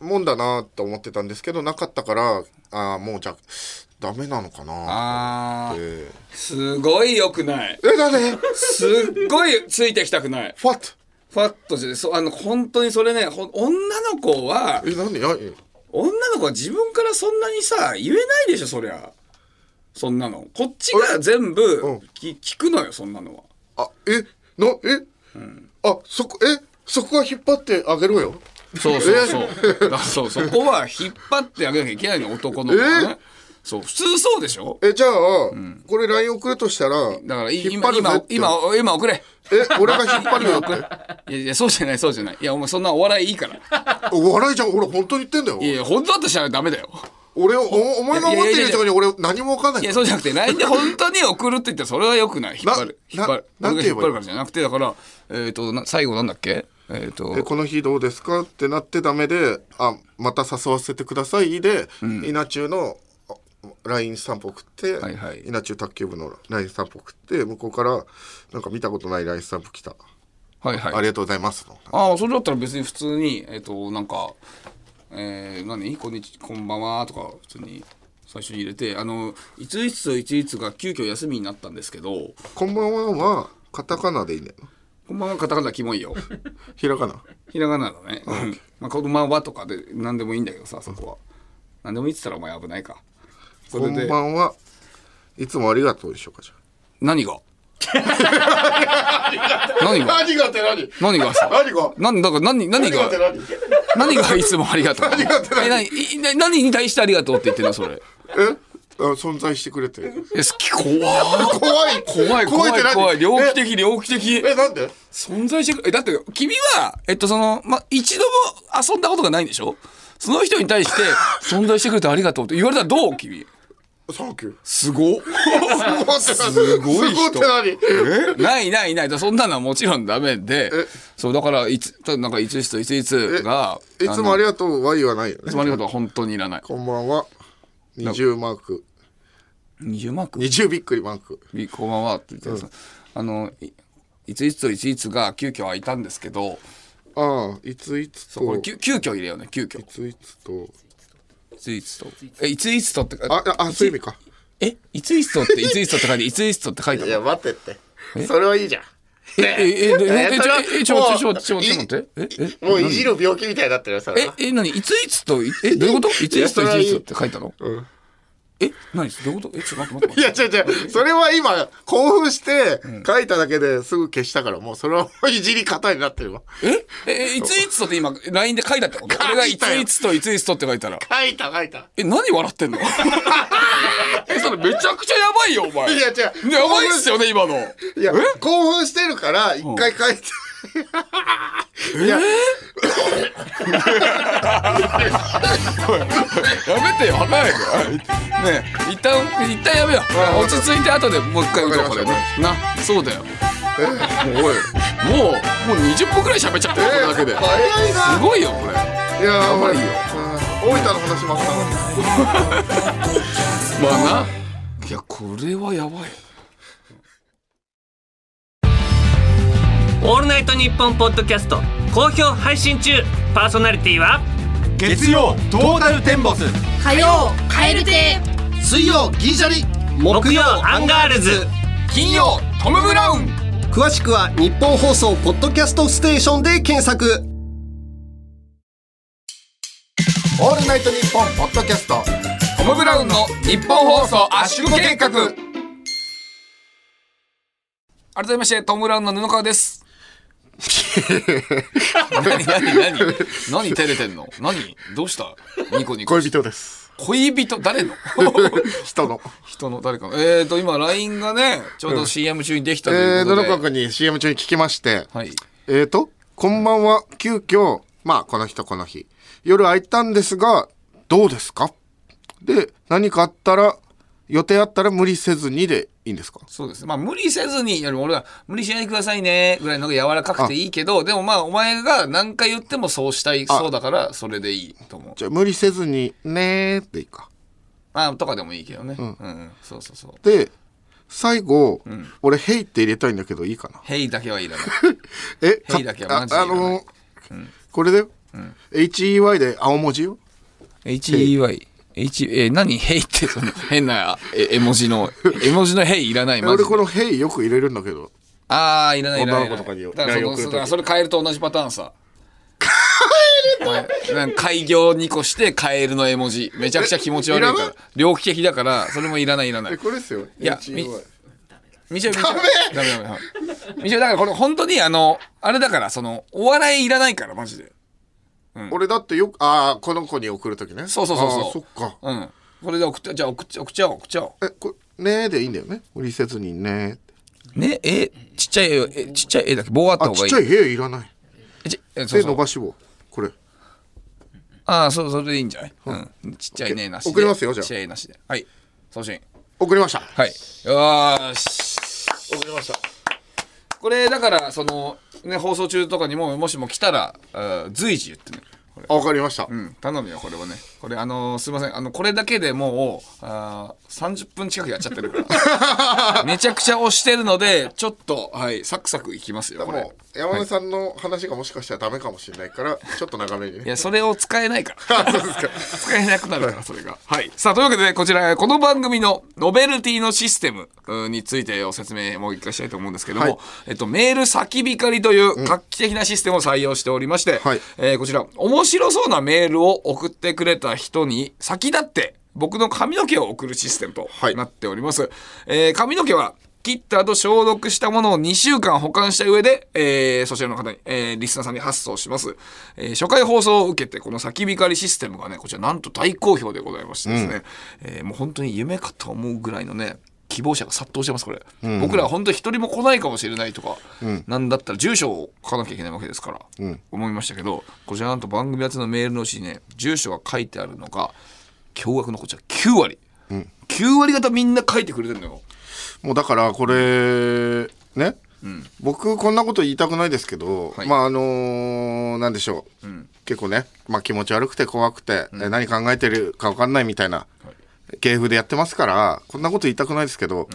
S1: もんだなと思ってたんですけど、なかったから、ああ、もうじゃあ、ダメなのかな
S2: あ
S1: って。
S2: ー
S1: え
S2: すごい良くない。
S1: ー、だ ね
S2: すっごいついてきたくない。
S1: ファット
S2: ファッとして、そう、あの、本当にそれね、ほん女の子は、
S1: え、何やえ
S2: 女の子は自分からそんなにさ、言えないでしょ、そりゃ。そんなの。こっちが全部
S1: ん
S2: き、聞くのよ、そんなのは。
S1: あ、え、な、え、あ、そこ、え、そこは引っ張ってあげろよ。
S2: そうそうそう。だから そう、そこは引っ張ってあげなきゃいけないの、男の子はね。そう、普通そうでしょ
S1: え、じゃあ、これ LINE 送るとしたら、
S2: だから、い
S1: 引っ張
S2: 今、
S1: るぜ
S2: 今
S1: っ、て
S2: 今、今送れ。
S1: え、俺が引っ張るよ
S2: 送れ
S1: っ
S2: いやいや、そうじゃない、そうじゃない。いや、お前そんなお笑いいいから。
S1: て。お笑いじゃん、俺本当に言ってんだよ
S2: い。やいや、本当だとしたらダメだよ。
S1: 俺を、おお前が思ってる以上に俺何もわかんない
S2: い
S1: から
S2: や、そうじゃなくて、LINE で本当に送るって言ったら、それは良くない。引っ張る。引
S1: な
S2: っ張る。
S1: なな
S2: 俺
S1: ん
S2: が
S1: て言え
S2: 引っ
S1: ばいい
S2: 張るからじゃなくて、だから、えっ、とな、最後なんだっけえっ、
S1: え
S2: と、
S1: この日どうですかってなってダメで、あ、また誘わせてくださいで、稲中のあ LINE 散歩送って、
S2: はいはい
S1: 稲中卓球部の LINE 散歩送って、向こうから、なんか見たことない LINE 散歩来た。
S2: はいはい。
S1: ありがとうございますの。
S2: ああ、それだったら別に普通に、えっ、と、なんか、えー、何こんにちこんばんはとか、普通に最初に入れて、あの、いついつといついつが急遽休みになったんですけど、
S1: こんばんはは、カタカナでいいね。
S2: こんばんはカタカナキモいよ。
S1: ひらがな。
S2: ひらがなだね。うんまあ、こんばんはとかで何でもいいんだけどさ、そこは。何でもいいって言ったらお前危ないか。そ
S1: こ
S2: れ
S1: ん
S2: で
S1: ば、んは。いつもありがとうでしょうか、じゃ
S2: 何が何が
S1: 何がって何
S2: 何がさ
S1: 何が
S2: 何だから何何が
S1: 何
S2: 何がいつもありがとう
S1: 何がって何
S2: え何いな何に対してありがとうって言ってんのそれ
S1: えあ存在してくれて。
S2: え好き怖い
S1: 怖い
S2: 怖い怖い怖い怖い猟奇
S1: え
S2: 的猟奇的
S1: え、なんで
S2: 存在してくえだって君はえっとそのま一度も遊んだことがないんでしょその人に対して存在してくれてありがとうって言われたらどう君
S1: サンキュー。
S2: すご
S1: す
S2: っごい人
S1: すごって何
S2: ないないないだそんなのはもちろんダメでそうだからいつただなんかいついつといついつが
S1: えいつもありがとうは言わないよ
S2: い
S1: ね
S2: つ。もありがとうは本当にいらない。
S1: こんばんは。二重マーク。
S2: 20マーク
S1: 二重びっくりマーク。
S2: みこんばんはって言ってさ、あの、いいついつといついつが急遽空いたんですけど、
S1: ああ、いついつ。
S2: ことれ
S1: い
S2: 急急遽入れようね、急遽。い
S1: ついつと。
S2: ついつと。え、いついつとって、
S1: あ、あ、そういう意味か。
S2: え、いついつとって、いついつとって書いて、いついつとって書いてある。
S1: 待ってって。それはいいじゃん。
S2: え、え、え、え、え、え、ちょ、え、ちょ、ちょ、ちょ、ちょ、ちょ、待って。え、え、
S1: もういじる病気みたいになってるよ、そ
S2: え、え、何いついつと、いえ、どういうこといついつといついつとって書いたの
S1: うん
S2: え何どういうことえちょっと待って待って待
S4: いや
S2: って
S4: 違う違うそれは今興奮して書いただけですぐ消したからもうそれはもういじり方になってるわ
S2: えええいついつとって今 LINE で書いたってこと
S4: 書いたよ
S2: 俺がいついつといついつとって書いたら
S4: 書いた書いた
S2: え何笑ってんの えそれめちゃくちゃやばいよお前
S4: いや違う
S2: やばいっすよね今の
S4: いや興奮してるから一回書いて、いや
S2: やめてよ離れてねえ一旦一旦やめよう落ち着いて後でもう一回打とうこれね
S4: わか
S2: なそうだよおいもうもう20分くらい喋っちゃってるこれだけで
S4: えー早いな
S2: すごいよこれ
S4: いやー
S2: やばいよ
S4: うん大分の話もあったのに
S2: まあないやこれはやばい
S3: 「オールナイトニッポン」ポッドキャスト好評配信中パーソナリティは
S5: 月曜トータルテンボス
S6: 火曜カエル亭
S5: 水曜銀シャリ
S3: 木曜アンガールズ
S2: 金曜トム・ブラウン
S5: 詳しくは日本放送ポッドキャストステーションで検索
S4: 「オールナイトニッポン」ポッドキャスト
S2: トム・ブラウンの日本放送圧縮計画改めましてトム・ブラウンの布川です 何何何何照れてんの何どうしたニコニコ
S4: 恋人です
S2: 恋人誰 の
S4: 人 の
S2: 人の誰かのえーと今 LINE がねちょうど CM 中にできたとい
S4: えー、
S2: うこと
S4: 野
S2: で、
S4: 中君に CM 中に聞きまして、
S2: はい
S4: えーと「こんばんは急遽まあこの日とこの日夜空いたんですがどうですか?」で何かあったら予定あったら無理せずにでいいんですか
S2: そうですね。まあ、無理せずに、よりも俺は、無理しないでくださいね、ぐらいの方が柔らかくていいけど、でもまあ、お前が何回言ってもそうしたい、そうだから、それでいいと思う。
S4: じゃあ無理せずにねーっていいか
S2: まあ、とかでもいいけどね。うん、うん、そうそうそう。
S4: で最後、俺「ヘイ」って入れたいんだけどいいかな
S2: ヘイだけはいら ない。
S4: え
S2: ヘイだけはマジでい
S4: あ
S2: らない
S4: のこれだよ、HEY で青文字よ
S2: HEY。H、えー何ヘイって、その、 変なえ絵文字の、絵文字のヘイいらない、マジ
S4: 俺
S2: で
S4: この「ヘイ」よく入れるんだけど
S2: ああ、いらない、いらない。
S4: 女の子とかに
S2: だからそ
S4: LINE
S2: の
S4: 送る
S2: そ
S4: 時
S2: うだからそれ変えると同じパターンさ。変えるとなんか開業2個してカエルの絵文字。めちゃくちゃ気持ち悪い
S4: い
S2: からら
S4: な。
S2: 猟奇的だから、それもいらない、いらない
S4: え。これですよ
S2: いや
S4: HEY
S2: みちおみちおダメダメダメはいみちおだからこれ本当にあのあれだからそのお笑いいらないからマジで
S4: 俺だってよくああこの子に送るときね
S2: そうそうそう
S4: あー
S2: そう
S4: そっか
S2: うんこれで送ってじゃあ送っちゃおう送っちゃおう送っちゃお
S4: えこれねーでいいんだよね無理せずにねーって
S2: うねえちっちゃいえちっちゃい絵だけ棒あっ
S4: あちっちゃい「ヘイ」いらない手伸ばし棒これ
S2: ああそうそれでいいんじゃないうんちっちゃいねなしで
S4: 送りますよじゃあ
S2: ちっちゃい絵なしではい送信
S4: 送りました
S2: はいよーし
S4: 送りました
S2: これだからそのね放送中とかにももしも来たらあー随時言ってね
S4: あわかりました、
S2: うん、頼むよこれはねこれあのーすいませんあのこれだけでもうあー30分近くやっちゃってるからめちゃくちゃ押してるのでちょっとはいサクサクいきますよこれ
S4: もう山根さんの話がもしかしたらダメかもしれないからちょっと長めに
S2: い
S4: ね
S2: やそれを使えないから
S4: あそうですか
S2: 使えなくなるから、それが。はい。さあ、というわけで、こちら、この番組のノベルティのシステムうんについてお説明もう一回したいと思うんですけども、
S4: はい
S2: えっと、メール先光りという画期的なシステムを採用しておりまして、
S4: はい
S2: えーこちら、面白そうなメールを送ってくれた人に先立って、僕の髪の毛を送るシステムと
S4: はい
S2: なっております。えー髪の毛は、切った後消毒したものを2週間保管した上で、えーそちらの方に、えーリスナーさんに発送します、えー初回放送を受けて、この先光りシステムがね、こちらなんと大好評でございましてですね、えーもう本当に夢かと思うぐらいのね、希望者が殺到してます、これ。僕らは本当に一人も来ないかもしれないとか、なんだったら住所を書かなきゃいけないわけですから、思いましたけど、こちらなんと番組宛てのメールのうちにね、住所が書いてあるのが、驚愕のこちら9割。9割方みんな書いてくれてるのよ。
S4: もうだからこれね、僕こんなこと言いたくないですけど、
S2: はい
S4: まああのーなんでしょう、結構ね、まあ、気持ち悪くて怖くて、え何考えてるか分かんないみたいな芸風でやってますからこんなこと言いたくないですけど、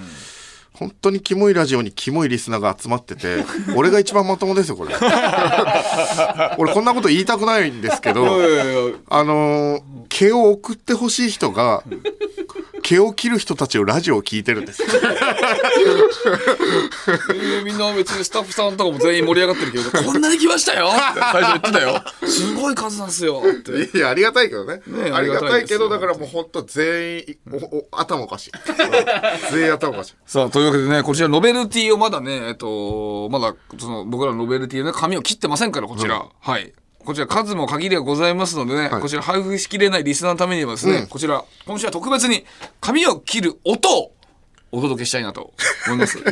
S4: 本当にキモいラジオにキモいリスナーが集まってて 俺が一番まともですよこれ 俺こんなこと言いたくないんですけど。
S2: いやいやいや
S4: あのー毛を送ってほしい人が毛を切る人たちのラジオを聞いてるんです。
S2: えーみんな別にスタッフさんとかも全員盛り上がってるけ ど、こんなに来ましたよって最初言ってたよ。すごい数なんですよって。
S4: いや、ありがたいけどね。
S2: ねえ
S4: ありがたいけど、
S2: あ
S4: だ
S2: りがたいですよ
S4: からもう本当全員、おお頭おか しい。全員頭おかしい。
S2: さあ、というわけでね、こちらノベルティをまだね、えっと、まだ、その、僕らのノベルティのね紙を切ってませんから、こちら。はい。こちら数も限りがございますのでね、こちら配布しきれないリスナーのためにはですね、こちら、今週は特別に紙を切る音をお届けしたいなと思い ます。はい。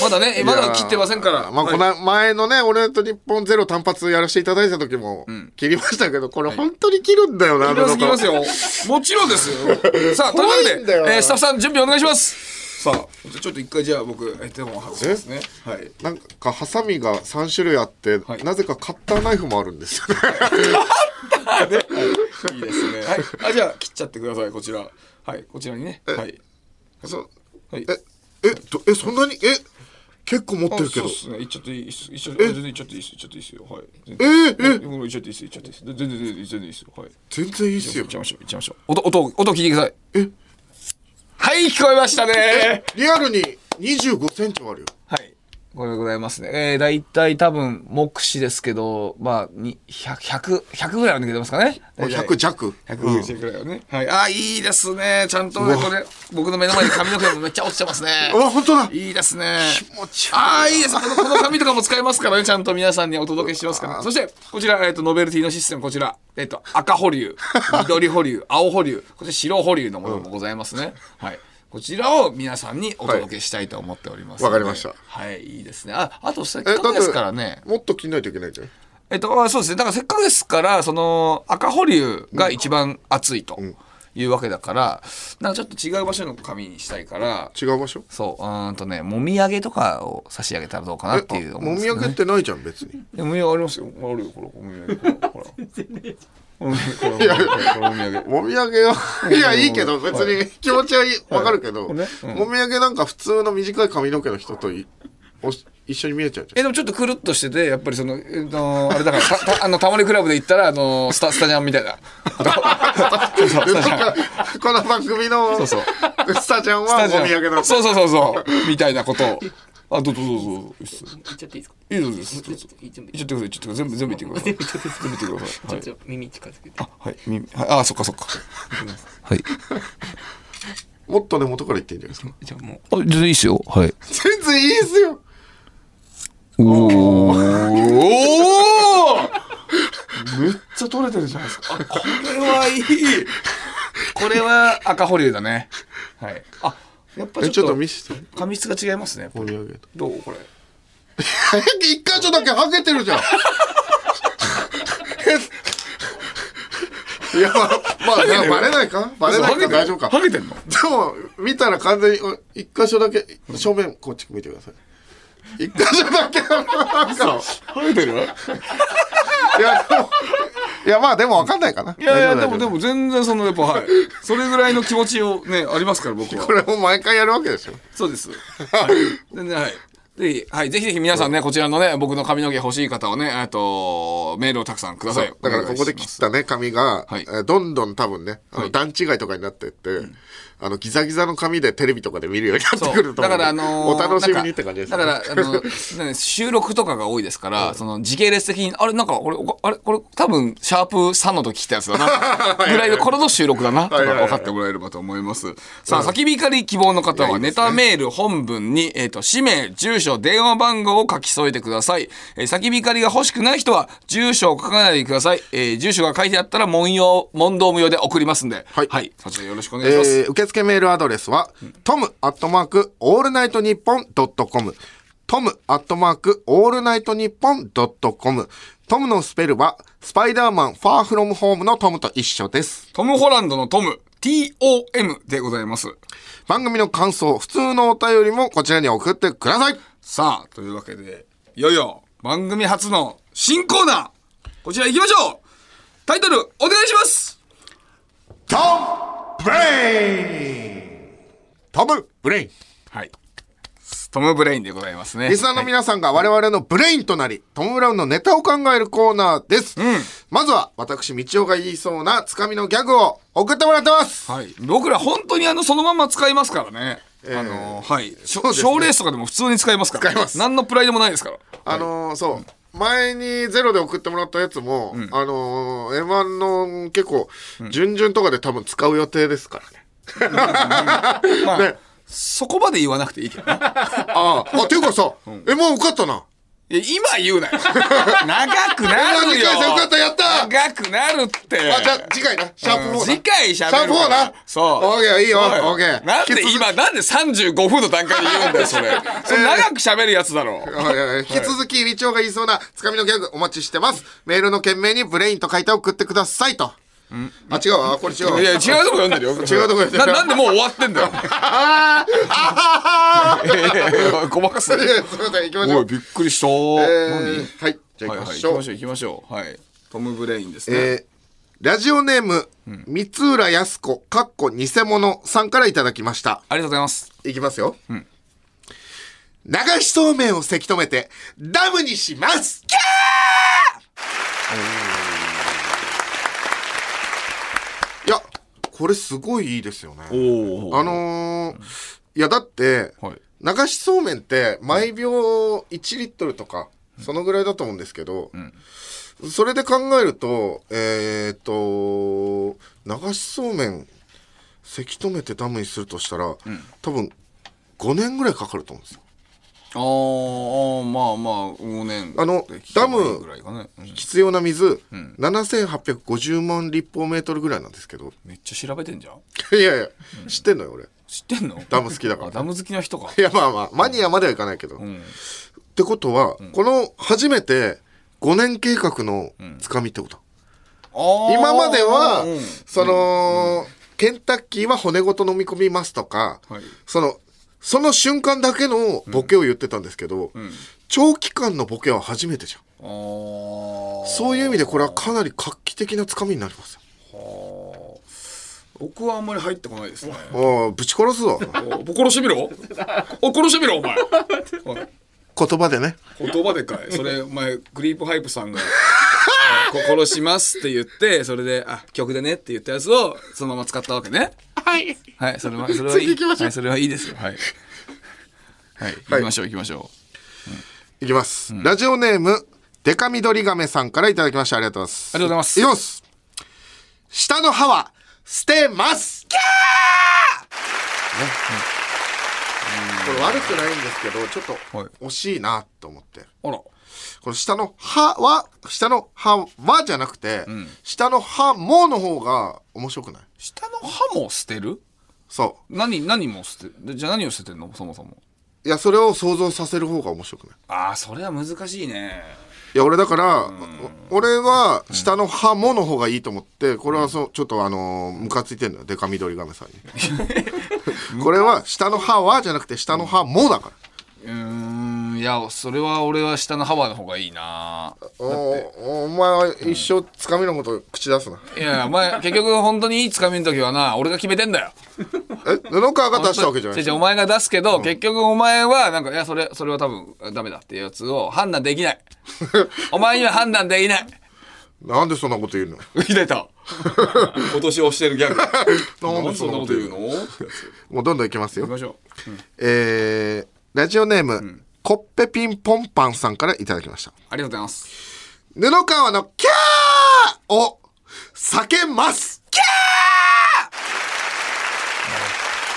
S2: まだね、えまだ切ってませんから。
S4: まあ、こ
S2: はい
S4: の前のね、俺と日本ゼロ単発やらせていただいた時も、切りましたけど、これ本当に切るんだよな、
S2: 切ります切ります
S4: よ。
S2: よ。もちろんです よ。さあ、というわ
S4: 怖い
S2: け
S4: んだ
S2: で
S4: よ、な
S2: えースタッフさん準備お願いします。さあ、じゃあちょっと一回じゃあ僕、え手本を外しますね。はい。
S4: なんか、ハサミが3種類あって、
S2: はい
S4: なぜかカッターナイフもあるんですよね。
S2: いいですね。はい。あ、じゃあ、切っちゃってください、こちら。はい、こちらにね。はい。
S4: そ
S2: はい。
S4: え、え、どえ、そんなに、え、結構持っ
S2: あ
S4: てるけど
S2: そうっ。すね。いっちゃっていいっす。いっちゃって、全然いっちゃっていいっす。いっちゃっていいっすよ。はい。
S4: え
S2: え
S4: ーえ、
S2: いっちゃっていいっす。いっちゃっていいっす。全然、全然、全然いいっすよ。はい。
S4: 全然いいっす
S2: いっ
S4: よ。
S2: ちゃいましょう、いっちゃいましょう。音、音、音聞いてください。はい、聞こえましたね。
S4: リアルに25センチもあるよ。
S2: はい。これでございますね。えー、だいたい多分、目視ですけど、まあ、に100、100、100ぐらいは抜けてますかね。大体
S4: 100弱。
S2: 150ぐらいはね。はい。あ、いいですね。ちゃんとね、これ、僕の目の前に髪の毛もめっちゃ落ちてますね。
S4: うわ、本当だ。
S2: いいですね。
S4: もちろん
S2: ああ、いいです。このこの紙とかも使えますからね、ちゃんと皆さんにお届けしますから。そして、こちら、えっ、と、ノベルティのシステム、こちら、えっ、と、赤保留、 緑保留、青保留、こちら白保留のものもございますね。はい。こちらを皆さんにお届けしたいと思っておりますので。
S4: はいわかりました
S2: はい、いいですね。あ、あと、せっ
S4: え
S2: かくですからね。
S4: もっと切んないといけないじゃん。
S2: えっと、あそうですね。だからせっかくですから、その、赤保留が一番熱いというわけだから、なんかちょっと違う場所の紙にしたいから、
S4: 違う場所
S2: そう、うーんとね、もみあげとかを差し上げたらどうかなっていう
S4: あ
S2: 思う
S4: も
S2: んですけ
S4: みあ
S2: どね
S4: げってないじゃん、別に。
S2: いやもみあげありますよ。あるよ、これ、おみあげ。ほらほら。おみあげ、これ、これこれおみあげ。
S4: もみあげは、いや、いいけど、別に気持ちはいい、わかるけど、
S2: これねうん
S4: もみあげなんか普通の短い髪の毛の人といおし一緒に見えちゃうじゃ
S2: え、でもちょっとくるっとしてて、やっぱりその、えーのあれだから、たたあの、タモリクラブで行ったら、あの、スタ、スタジャンみたいな。そうそ
S4: ん。
S2: う、スタ
S4: なん
S2: ジャン
S4: か、 この番組の
S2: そうそう
S4: スタジャン
S2: ス
S4: は
S2: タジ
S4: も
S2: ャン
S4: みあげの。
S2: そうそうそうそう。みたいな ことを。あ、どうぞどうぞどうぞ。いいっす
S7: いっちゃっていいですか
S2: いいぞいいです。いっちゃ
S7: いっちゃっていい
S2: ってください、いっちゃってください。全部、全部いってください。全部いってください。はい
S7: ちょっと耳近づけて。
S2: はい。耳はいあ、そっかそっか。はい。
S4: もっとね、元から言っていいんじゃないですか。
S7: じゃあもう、
S2: あ、全然いいっすよ。はい。
S4: 全然いいですよ。
S2: おお
S4: じゃ取れてるじゃないですか。
S2: これはいい。これは赤保留だね。はい。あ、やっぱ
S4: え、
S2: ち
S4: ち
S2: ょ
S4: ょっ
S2: っ
S4: と
S2: と
S4: 見せて。
S2: 髪質が違いますね。
S4: もみあげと。
S2: どうこれ。
S4: 一箇所だけハゲてるじゃん。 いや、まあ、まあ、バレないかバレないか大丈夫か。
S2: ハゲてんの
S4: でも、見たら完全に、お一箇所だけ、正面、こっち見てください。一箇所だけ、なんか、
S2: ハゲてる
S4: いや、でも、いや、まあ、でも分かんないかな。い
S2: いやいや、でもで。も全然そのやっぱはい。それぐらいの気持ちを ね、ありますから僕は
S4: こ。れも毎回やるわけですよ。
S2: そうです。はい、全然はい。ぜひ、はい、ぜひぜひ皆さんね、こちらのね、僕の髪の毛欲しい方はね、えっと、メールをたくさんください。
S4: だから、ここで切ったね、髪が、
S2: はい
S4: えーどんどん多分ね、あの段違いとかになってって、あの、ギザギザの髪でテレビとかで見るようになってく
S2: そう
S4: ると
S2: だ
S4: 思う。
S2: からあのー
S4: お楽しみにって感じです
S2: な
S4: ね、
S2: んかだか らあのーなんか収録とかが多いですから、その時系列的にあれなんか俺おかあれこれ多分シャープ3の時切ったやつ だなぐらいのこれの収録だなとか
S4: はいはいはい
S2: 分かってもらえればと思います。さあ叫び怒り希望の方はネタメール本文にえっと氏名住所電話番号を書き添えてください。えー叫び怒りが欲しくない人は住所を書かないでください。えー住所が書いてあったら問用問答無用で送りますんで、は
S4: はいい、
S2: そちらよろしくお願いします。
S4: えー受付メールアドレスは、トムアットマークオールナイトニッポンドットコム。トムアットマークオールナイトニッポンドットコム。トムのスペルは、スパイダーマンファーフロムホームのトムと一緒です。
S2: トム・ホランドのトム、TOM でございます。
S4: 番組の感想、普通のお便りもこちらに送ってください。
S2: さあ、というわけで、いよいよ番組初の新コーナー、こちら行きましょうタイトル、お願いします
S4: トムブレイントムブレイン
S2: はい。トム・ブレインでございますね
S4: リ。スナーの皆さんが我々のブレインとなり、トム・ブラウンのネタを考えるコーナーです。まずは私道夫が言いそうなつかみのギャグを送ってもらってます
S2: はい、僕ら本当にあのそのまま使いますからね。
S4: ー
S2: あのはい、賞、
S4: そうですね
S2: ョーレースとかでも普通に使いますから。
S4: 使います
S2: 何のプライドもないですから。
S4: あのーそう、前にゼロで送ってもらったやつも、あのー、M1 の結構、順々とかで多分使う予定ですか らね。
S2: まあ、
S4: ね
S2: そこまで言わなくていいけどね。
S4: ああ、あ、ていうかさ、M1 受かったな。
S2: いや今言う なよ。長くな
S4: M1
S2: る
S4: 受
S2: よ
S4: か。った、受かった、やった
S2: 長くなるって。
S4: あ、じゃあ次回な、シャープ4な。
S2: 次回しゃべ
S4: シャー
S2: る
S4: プ4
S2: から
S4: な。オーケー、いいよ、オーケー。
S2: なんで
S4: 引き続き
S2: 今、なんで35分の段階で言うんだよ、それ。それ長く喋るやつだろ。
S4: あいやいや引き続き、みちおが言いそうな、つかみのギャグお待ちしてます。メールの件名にブレインと書いて送ってくださいと。あ、違うわ。あこれ違うわ。
S2: い や、違うとこ読んでるよ。違う
S4: とこ読んでる
S2: ななんでもう終わってんだよ。
S4: あーあー
S2: いやいやいやごまかす
S4: い
S2: な。
S4: やすいません、行きましょ。
S2: おいうびっくりした、
S4: え
S2: 何
S4: ーはい。じゃあ
S2: はい
S4: 行き
S2: は
S4: ま
S2: い
S4: し
S2: 行きまし。ょう行
S4: ょう
S2: きましょうはいトム・ブレインですね、
S4: えーラジオネーム、三浦康子、かっこ偽物さんからいただきました。
S2: ありがとうございます
S4: いきますよ。流しそうめんをせき止めて、ダムにしますキャーいや、これすごいいいですよね。
S2: お
S4: あのーいやだって、
S2: はい
S4: 流しそうめんって毎秒1リットルとか、そのぐらいだと思うんですけど、それで考えるとえっ、と流しそうめんせき止めてダムにするとしたら、多分5年ぐらいかかると思うんですよ。
S2: あーあーまあまあ5年
S4: あの
S2: で聞けばいい
S4: ダム
S2: ぐらいかね、うん
S4: 必要な水、7850万立方メートルぐらいなんですけど
S2: めっちゃ調べてんじゃん
S4: いやいや知ってんのよ俺。
S2: 知ってんの
S4: ダム好きだから
S2: あダム好きな人か
S4: いやまあまあマニアまではいかないけど。
S2: うん
S4: ってことは、この初めて5年計画のつかみってこと、
S2: あー
S4: 今までは、
S2: うん
S4: その、ケンタッキーは骨ごと飲み込みますとか、
S2: はい
S4: そのその瞬間だけのボケを言ってたんですけど、長期間のボケは初めてじゃん
S2: あー
S4: そういう意味でこれはかなり画期的なつかみになりますよ
S2: 僕はあんまり入ってこないです ね
S4: おーぶち殺すぞ
S2: おぼ殺してみろお殺してみろお前
S4: 言葉でね
S2: 言葉でかいそれ前グリープハイプさんが 「こ殺します」って言ってそれで「あ曲でね」って言ったやつをそのまま使ったわけね
S4: はい
S2: はいそれはそれはい
S4: 次
S2: い
S4: 行きましょう
S2: はい、それはいいですよはい、はい、行きましょう行きましょう
S4: いきます、ラジオネームデカミドリガメさんからいただきましたありがとうございます
S2: ありがとうございます
S4: いきます下の歯は捨てますキャー、ねこれ悪くないんですけどちょ
S2: は
S4: っ
S2: い
S4: と惜しいなと思って
S2: あら
S4: この下の歯は下の歯はじゃなくて、下の歯もの方が面白くない
S2: 下の歯も捨てる
S4: そ
S2: 何何も捨てでじゃあ何を捨ててんのそもそも
S4: ういやそれを想像させる方が面白くない
S2: ああそれは難しいね
S4: いや俺だから、お俺は下の歯もの方がいいと思ってこれはそうちょっとあのームカついてんだよデカミドリガメさん にこれは下の歯はじゃなくて下の歯もだか
S2: うーんいやそれは俺は下の歯はの方がいいな
S4: らおお前は一生つかみのこと口出すない
S2: やお前 結局本当にいいつかみの時はな俺が決めてんだよ
S4: え布川が出したわけじゃな
S2: 違
S4: いう
S2: 違うお前が出すけど、結局お前はなんかいやそれそれは多分ダメだっていうやつを判断できない お前には判断できない
S4: なんでそんなこと言うの
S2: 出 た今年推してるギャグ
S4: なんでそんなこと言うの
S2: の行
S4: もうどんどんいきます
S2: きま
S4: よ
S2: しょう、
S4: えー、ラジオネーム、コッペピンポンパンさんからいただきました
S2: ありがとうございます
S4: 布川のキャーを避けますキャ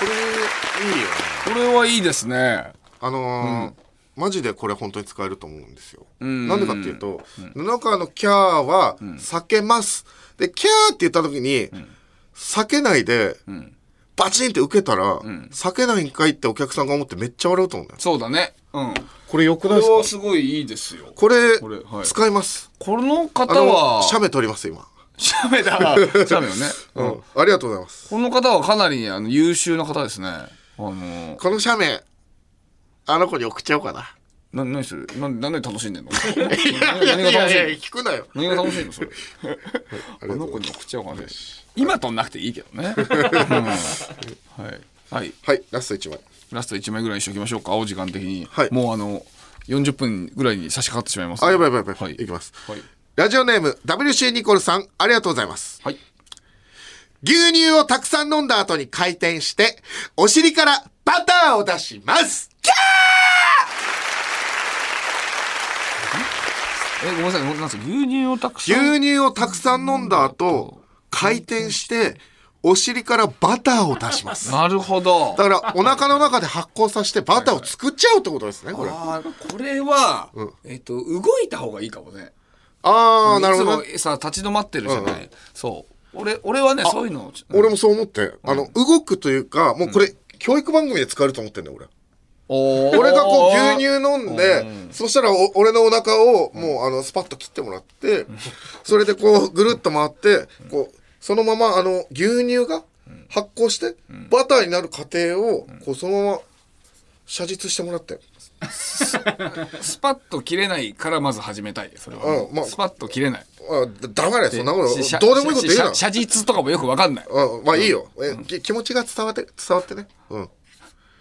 S4: ーこれいいよね
S2: これはいいですね
S4: あのーマジでこれ本当に使えると思うんですよなんでかっていうと、布川のキャーは避けます、でキャーって言った時に、避けないで、バチンって受けたら、避けないんかいってお客さんが思ってめっちゃ笑うと思うんだよ
S2: そうだねうん
S4: これよく
S2: こ
S4: ない
S2: れ
S4: ですか
S2: はすごいいいですよ
S4: これ
S2: これはい
S4: 使います
S2: この
S4: あ
S2: 方
S4: の
S2: は
S4: 写メ撮ります今、
S2: シャメだシャメよ ね、うん
S4: ありがとうございます
S2: この方はかなりあの優秀な方ですねあのー
S4: この写メ、あの子に送っちゃおうかな。
S2: な何するなんなんで楽しんでんの
S4: いやいや
S2: 何が
S4: い
S2: 楽しい
S4: や
S2: の
S4: いや、聞くなよ。
S2: 何が楽しいのそれあの子に送っちゃおうかね今とんなくていいけ どね、うんはい、はい、
S4: はい、ラスト一枚。
S2: ラスト1枚ぐらいにしときましょうかお時間的に、
S4: はい
S2: もうあの40分ぐらいに差し掛かってしまいます
S4: あ、やばいやばいやば
S2: は
S4: い。
S2: い
S4: い、きます。
S2: はい
S4: ラジオネーム WC ニコルさんありがとうございます
S2: はい。
S4: 牛乳をたくさん飲んだ後に回転してお尻からバターを出します
S2: え、ごめんなさい、なんすか牛乳をたくさん。
S4: 牛乳をたくさん飲んだ後回転してお尻からバターを出します
S2: なるほど。
S4: だからお腹の中で発酵させてバターを作っちゃうってことですねこれあ
S8: あーこれは、えっと動いた方がいいかもね
S4: あーなるほどね
S2: いつもさ、立ち止まってるじゃない。そう。俺、俺はね、そういうの。
S4: 俺もそう思って、あの、動くというか、もうこれ、教育番組で使えると思ってんだよ、俺。
S2: おー
S4: 俺がこう、牛乳飲んで、そしたらお、俺のお腹を、もう、あの、スパッと切ってもらって、それでこう、ぐるっと回って、こう、そのまま、あの、牛乳が発酵して、バターになる過程を、こう、そのまま、写実してもらって。
S2: スパッと切れないからまず始めたい。それは。
S4: うんまあ
S2: スパッと切れない。
S4: あ、だだめだよ、そんなこと。どう
S2: し
S4: でもいいこと言うな
S2: し。写実とかもよくわかんない。
S4: うん、まあいいよ。えき気持ちが伝わって、伝わってね。うん。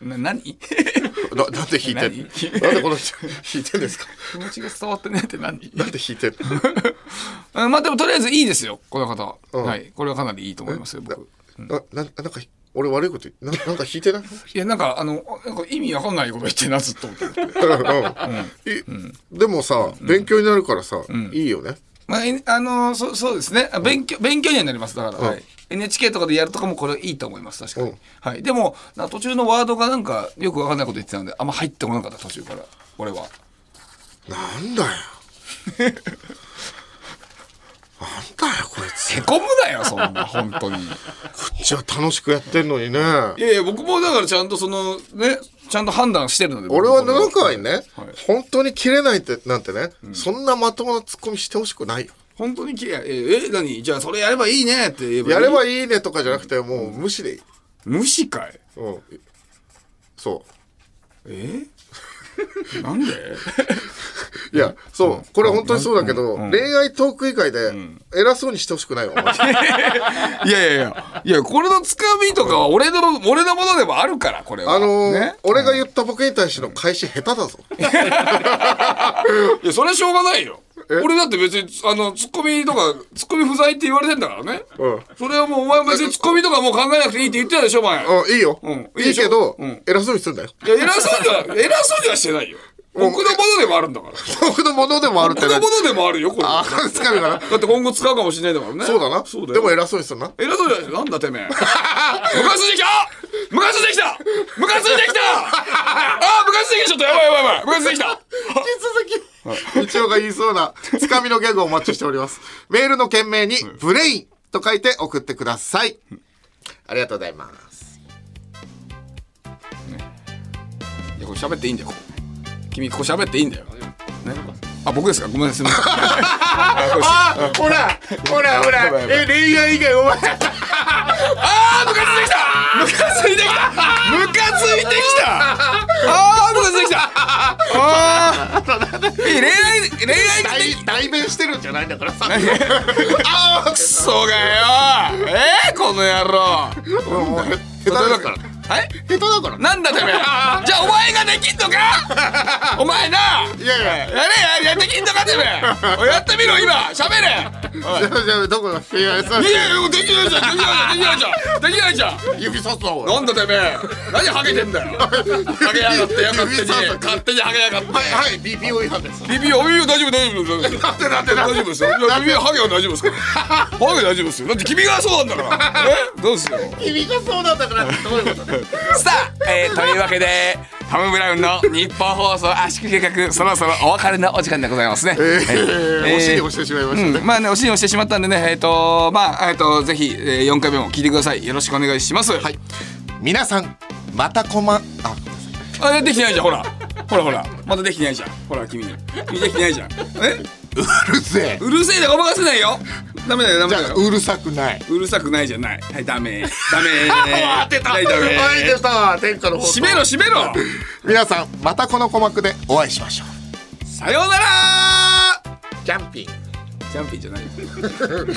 S2: な、 何
S4: な、なんで 弾いてんの
S2: 何
S4: なんでこの人、弾いてんですか
S2: 気持ちが伝わってねえって何
S4: なんで弾いてんの
S2: うんまあでもとりあえずいいですよ、この方は。はい。これはかなりいいと思いますよ、僕。
S4: な、な、なんか、俺悪いこと言な、なんか弾い てない
S2: いや、なんか、あの、なんか意味わかんないこと言ってんな、ずっと思ってて。
S4: うんいでもさ、勉強になるからさ、いいよね。
S2: まあ、えあのそう、そうですね。あ勉強、勉強にはなります、だから。はい NHK とかでやるとかもこれいいと思います、確かに。
S4: うん
S2: はい。でも、な途中のワードがなんか、よくわかんないこと言ってたんで、あんま入ってこなかった、途中から。俺は。
S4: なん だよ。なんだよ、こいつ。
S2: へこむなよ、そん な、本当に。
S4: じゃあ楽しくやってんのにね。
S2: いやいや、僕もだからちゃんとその、ね、ちゃんと判断してるので。
S4: 俺は布川
S2: い
S4: にね、本当に切れないって、なんてね、そんなまともなツッコミしてほしくないよ。
S2: 本当にきれい。え、え、何じゃあそれやればいいねって言えばいい
S4: やればいいねとかじゃなくて、もう無視でいい。
S2: 無視かい
S4: うん。そ
S2: えなんで
S4: う。いや、そう。これ本当にそうだけど、恋愛トーク以外で、偉そうにしてほしくないわ。マジで
S2: いやいやいやいやこれのつかみとかは俺の俺のものでもあるからこれは
S4: あのー
S2: ね
S4: 俺が言ったボケに対しての返し下手だぞ。
S2: いやそれはしょうがないよ俺だって別にあのツッコミとかツッコミ不在って言われてんだからね、
S4: うん
S2: それはもうお前別にツッコミとかもう考えなくていいって言ってたでしょ前、い
S4: うん、いいよ。
S2: うん
S4: いいけど、
S2: うん
S4: 偉そうにするんだよ。
S2: や偉そうには偉そうにはしてないよ僕のものでもあるんだから
S4: 僕のものでもあるって
S2: 僕
S4: ね
S2: のも。のでもあるよこれ
S4: あ
S2: は
S4: ー、つかるか
S2: だ
S4: な。
S2: って今後使うかもしれないんだからね
S4: そうだな。
S2: そうだよ
S4: でも偉そうにするな。
S2: 偉そうじゃないなんだ てめえムカついてきたムカついてきたムカついて きたあームカついてきたちょっとやばいやばいやばいムカついてきた
S4: 続き、一応が言いそうな、つかみのギャグをお待ちしており ます。メールの件名に、ブレインと書いて送ってください。ありがとうございます。
S2: いやこれ喋っていいんだよこれ君ここ喋っていいんだよ、ね、あ僕ですかごめんなさいすみません
S4: あほらほらほらえ、恋愛以外お前、ム
S2: あームカついてきたムカついてきたムカついてきたあームカついてきたあーえ恋愛恋愛って
S4: 代代弁してるんじゃないんだからさ。
S2: あークソがよえー、この野郎
S4: もうもう下手だから。
S2: はい
S4: 下手だから。
S2: なんだてめえじゃあお前ができんのかお前ない
S4: やいや。
S2: やれややできんのかてめえおいやってみろ今喋れ
S4: じゃあじゃあどこが恋愛さ
S2: いやいやできないじゃんできないじゃんできないじゃんできないじゃん
S4: 指さすわおい
S2: なんだてめえ何ハゲてんだよハゲやがってや勝手
S4: 指さす
S2: に勝手にハゲやがって
S4: はいはい BPO 違反です
S2: 指お指大丈夫大丈夫大丈夫
S4: なんでなんでなん
S2: 大
S4: で
S2: 丈夫ですよいや指ハゲは大丈夫ですからハゲ大丈夫ですよだって君がそうなんだ からえどうですよ
S4: 君がそうなんだからってどういうことだよ
S2: さあ、えーというわけでトム・ブラウンの日本放送圧縮計画そろそろお別れのお時間でございますね。
S4: え
S2: はい
S4: ー
S2: えー
S4: お尻押してしまいました
S2: う
S4: ね
S2: んまあねお尻をしてしまったんでねえっ、とまあえっ、とぜひ、えー、4回目も聞いてくださいよろしくお願いします。はい。
S4: 皆さんまたこまあ
S2: あできてないじゃんほらほらほらまだできてないじゃんほら君君できてないじゃんえ
S4: うるせえ
S2: うるせえでごまかせないよダメだよダメ
S4: じゃ
S2: だ
S4: あ
S2: よ
S4: うるさくないう
S2: るさくないじゃないはいダ メダメ
S4: あ当てた
S2: は
S4: 当
S2: いダメ
S4: てた天下の放送
S2: 閉めろ閉めろ
S4: 皆さんまたこの鼓膜でお会いしましょう
S2: さようなら
S4: ジャンピン
S2: ジャンピーじゃないよ